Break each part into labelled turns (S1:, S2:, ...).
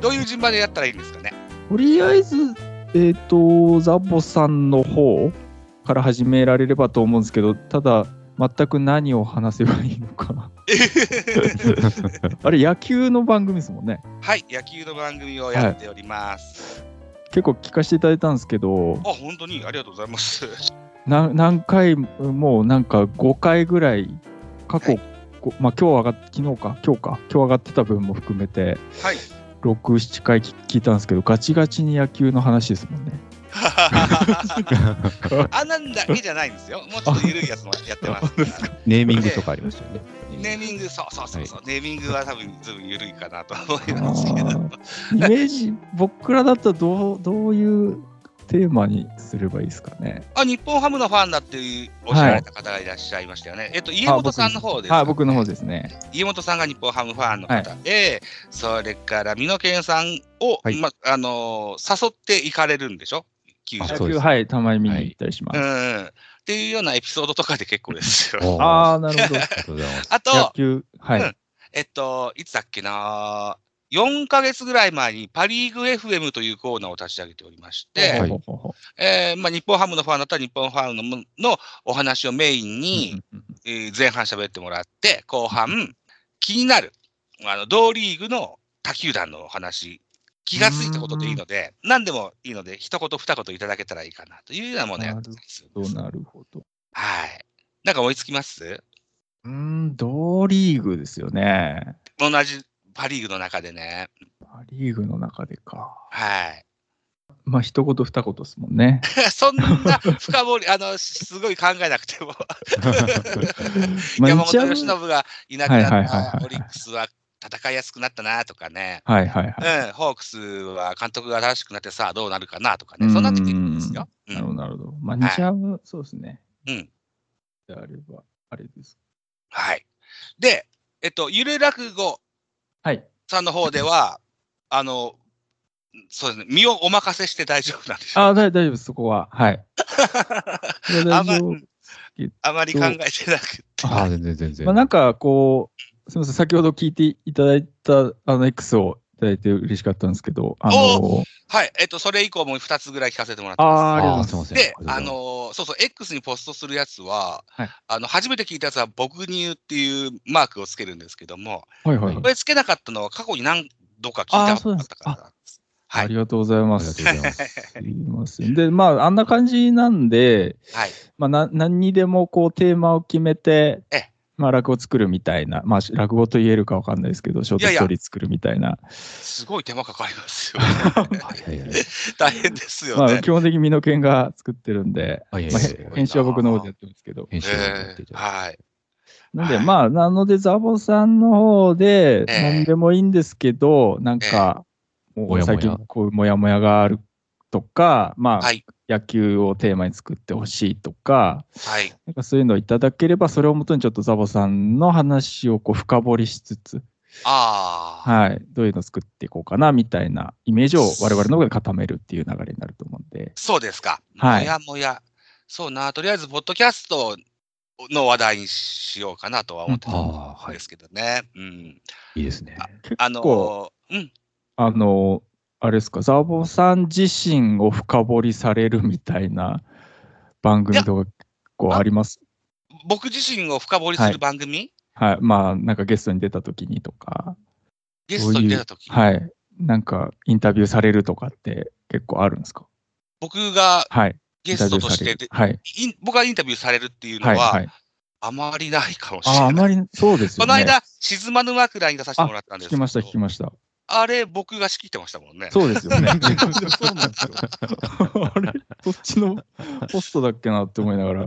S1: どういう順番でやったらいいんですかね。
S2: とりあえず、えっ、と、ザボさんの方から始められればと思うんですけど、ただ、全く何を話せばいいの か。あれ、野球の番組ですもんね。
S1: はい、野球の番組をやっております。
S2: 結構聞かせていただいたんですけど、
S1: あ、本当にありがとうございます。
S2: な何回もうなんか5回ぐらい過去、
S1: はい
S2: こまあ今日上がっ昨日か今日か今日上がってた分も含めて
S1: はい。
S2: 67回聞聞いたんですけどガチガチに野球の話ですもんね
S1: あんなんだけじゃないんですよ。もうちょっと緩いやつもやってます。
S3: ネーミングとかありましたよね。
S1: ネーミング、そうそうそうそう、ネーミングは多分ずいぶん緩いかなとは思いますけど。
S2: イメージ僕らだったらどうどういうテーマにすればいいですかね
S1: あ、日本ハムのファンだっておっしゃられた方がいらっしゃいましたよね。えっと、家元さんの方です、
S2: はい僕の方。ですね
S1: 家元さんが日本ハムファンの方で、それから美濃健さんを、
S3: はい
S1: まあのー誘って行かれるんでしょ球場
S3: あ
S1: に
S3: そ
S2: 野
S3: うで
S2: 球
S3: す
S2: はいたまに見に行ったりしま
S1: う
S2: す、
S1: んうん。っていうようなエピソードとかで結構ですよ。
S3: おー
S2: ああ
S3: あ
S2: なるほど
S3: りがとうございます。
S1: あ
S2: 野
S1: と、
S2: 球はい、
S1: うんえっと、いつだっけな、4ヶ月ぐらい前にパ・リーグ FM というコーナーを立ち上げておりまして、
S3: はい
S2: ほうほうほうほ
S1: えーまあ、日本ハムのファンだったら日本ハムののお話をメイン
S2: う
S1: に、
S2: うんうんうん
S1: えー前半喋ってもらって、後半、気になる、あの同リーグの他球団のお話、気がついたことでいいので、何でもいいので、一言二言いただけたらいいかなというようなものをやってたりするんで
S2: そう
S1: す。
S2: なるほど
S1: はい。なんか追いつきます
S2: うーん、同リーグですよね。
S1: 同じパ・リーグの中でね。
S2: パリーグの中でか。
S1: はい。
S2: まあ、一言二言ですもんね。
S1: そんな深掘り、あの、すごい考えなくても、
S2: まあ
S1: 山
S2: 日ハ
S1: 本
S2: ム
S1: 由伸がいなく
S2: はいは
S1: ないっ
S2: はいはいは
S1: た
S2: い
S1: オリックスは戦いやすくなったなとかね。
S2: はいはいはい。
S1: うん、ホークスは監督が新しくなってさあどうなるかなとか
S2: う
S1: ね、
S2: ん
S1: そんなってくるんですよ。う
S2: なるほど、
S1: ん、
S2: なるほど。まあ、
S1: はい
S2: 日ハム、そうですね。
S1: うん。
S2: であれば、あれです。
S1: はい。で、えっと、ゆる落語
S2: はい。
S1: さんの方では、あの、そうですね、身をお任せして大丈夫なんでしょう
S2: あ、だい大丈夫です、そこは。はい。いや
S1: あ
S2: 大
S1: んま
S2: 丈夫。
S1: あまり考えてなくて。
S3: ああ、全然全然。
S2: まあ、なんか、こう、すみません、先ほど聞いていただいた、あの、X をいただいて嬉しかったんですけど、あの、
S1: はい、えっと、それ以降も2つぐらい聞かせてもらって
S2: あ
S1: ます。
S2: あ、ありがとうございます。
S3: あーすいません
S1: で、あ
S3: ありがとう
S1: のーそうそう、X にポストするやつは、
S2: はい
S1: あの初めて聞いたやつは、僕に言うっていうマークをつけるんですけども、
S2: はいはいはい
S1: こ。れつけなかったのは、過去に何度か聞いたことがあったからなんです。は
S2: あり
S1: い。
S2: がとうございま
S3: ありが
S2: す
S3: とう。ございます。
S2: すいません。で、まあ、あんな感じなんで、
S1: はい
S2: まあ、な何にでもこうテーマを決めて
S1: ええ、
S2: まあ、落語作るみたいな、まあ、落語と言えるかわかんないですけど、ショート
S1: いやい
S2: ス
S1: や
S2: トーリー作るみたいな、
S1: すごい手間かかりますよ、
S3: はいはいはい。
S1: 大変ですよ
S2: まあ、
S1: ね。
S2: 基本的に美濃犬が作ってるんで、
S3: あいやい
S2: まあ、
S3: や
S2: へ
S3: いや
S1: ごい
S2: 編集は僕の方でやってるんですけど、
S3: 編集をやってい
S1: えー
S3: ただい
S1: はい。
S2: なんで、まあ、なので、ザボさんの方で、
S1: ええ
S2: 何でもいいんですけど、なんか、も
S3: も
S2: う
S3: やも
S2: 最
S3: や
S2: 近、こう、もやもやがあるとか、まあ
S1: は、い。
S2: 野球をテーマに作ってほしいとか、
S1: はい。
S2: なんかそういうのをいただければ、それをもとにちょっとザボさんの話をこう深掘りしつつ、
S1: ああ、
S2: はい、どういうの作っていこうかなみたいなイメージを我々の方で固めるっていう流れになると思うんで、
S1: そうですか。
S2: はい
S1: もやもや。そうな、とりあえず、ポッドキャストの話題にしようかなとは思って
S3: て。ああ、
S1: たん
S3: はい
S1: で。すけどね。うん。
S3: いいですね。
S2: 結
S1: あ
S2: 構、
S1: のー、うん。
S2: あの、あれですか、ザボさん自身を深掘りされるみたいな番組とか結構あります。
S1: 僕自身を深掘りす
S2: は
S1: る
S2: い
S1: 番組、
S2: はい、まあ、なんかゲストに出た時にとか、
S1: ゲストに出たとき、
S2: はい、なんかインタビューされるとかって結構あるんですか
S1: 僕が
S2: はい、イ
S1: ゲ
S2: ンタ
S1: ス
S2: ビュ
S1: ト
S2: ー
S1: と
S2: さ
S1: して
S2: れ
S1: で
S2: る。、はい、
S1: イン僕がインタビューされるっていうの
S2: はい、は
S1: は、
S2: い。
S1: あまりないかもしれ
S2: あ
S1: ない。
S2: あまりそうですよ
S1: この
S2: ね。
S1: 間、静まぬ枕に出させてもらったんで
S2: 聞
S1: す
S2: き
S1: けど、
S2: ました、聞きました。
S1: あれ、僕が仕切ってましたもんね。
S2: そうです よね。
S3: そうなんですよ。
S2: あれそっちのポストだっけなって思いながら。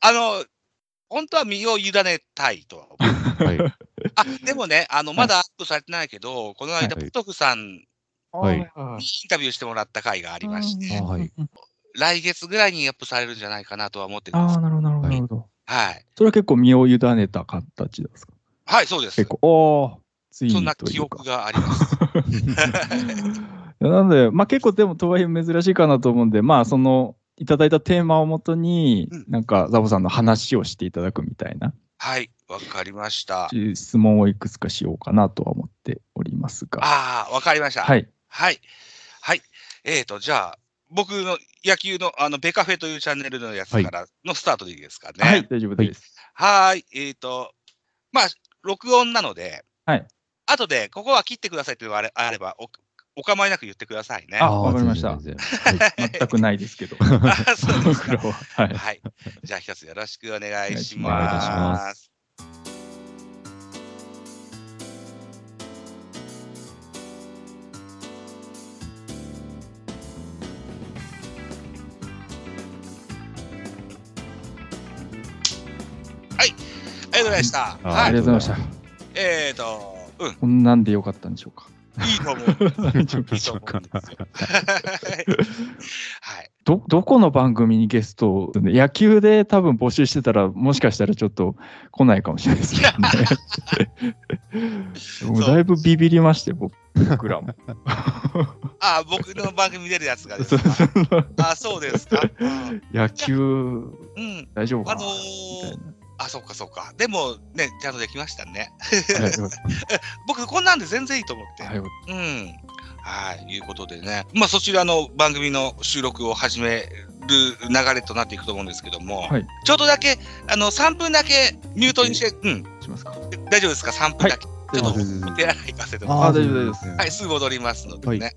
S1: あの、本当は身を委ねたいとは 思う。
S3: はい。
S1: あ、でもね、あの、まだアップされてないけど、この間、
S3: はい
S1: ポトフさんに
S3: はい
S1: インタビューしてもらった回がありまして、
S3: あはい。
S1: 来月ぐらいにアップされるんじゃないかなとは思ってるんで
S2: あ
S1: す
S2: あ、。なるほど、なるほど、なるほど。
S1: はい。
S2: それは結構身を委ねた形ですか
S1: はい、そうです
S2: 結。構、おお、つい
S1: そ
S2: に
S1: んな
S2: とい
S1: 記
S2: うか
S1: 憶。があります。
S2: なので、まあ結構でもとはいえ珍しいかなと思うんで、まあその、いただいたテーマをもとに
S1: うん、
S2: なんかザボさんの話をしていただくみたいな
S1: はい、わかりました。
S2: 質問をいくつかしようかなとは思っておりますが。
S1: ああ、わかりました。
S2: はい。
S1: はい。はい。えーと、じゃあ、僕の野球の、あの、ベカフェというチャンネルのやつからのスタートでいいですかね。
S2: はい、大丈夫です。
S1: はーい。えっ、と、まあ、録音なので、
S2: はい。
S1: 後で、ここは切ってくださいっていうのがあれあればお、お構いなく言ってくださいね。
S2: あ
S1: は
S2: わかりました
S3: 全然全然はい
S2: 全くないですけど。
S1: い そうです
S2: 僕
S1: から
S2: は。はい。
S1: はい。じゃあ、一つよろしくお願いし
S2: お願いいたし
S1: ま。
S3: ます
S1: はい。ありがとうございました。
S3: あ
S2: あ
S1: はい
S2: り。がとうございまし
S1: えーと、うん、
S2: た。こんなんでよかったんでしょうか。
S1: いいと思う。
S2: 大丈夫
S1: い
S2: で
S1: い
S2: し
S1: と
S2: ょ
S1: 思
S2: う
S1: う
S2: か
S1: んですよ。 はい。
S2: ど、どこの番組にゲストを、野球で多分募集してたら、もしかしたらちょっと来ないかもしれないで すけどね。もうだいぶビビりまして、僕僕らも。
S1: あ、僕の番組出るやつがです
S2: そう
S1: か。
S2: そう
S1: あ、そうですか。うん
S2: 野球、
S1: うん。
S2: 大丈夫
S1: あ
S2: か
S1: の
S2: な、みたい
S1: ー、
S2: な
S1: あ、そうかそうか。でもね、ちゃんとできましたね。
S2: はいよかった
S1: 僕、こんなんで全然いいと思って。
S2: はいよかっ
S1: うん。はい、いうことでね。まあ、そちらの番組の収録を始める流れとなっていくと思うんですけども、
S2: はい
S1: ちょっとだけ、あの、3分だけミュートにして、うん、
S2: たしますか。
S1: 大丈夫ですか ?3 分だけ。ちょっ
S3: 全然全
S1: と、
S3: 然
S1: 手洗い行かせてもら
S2: あ
S1: っ
S2: 大丈夫です
S1: てはい、すぐ戻りますのでね。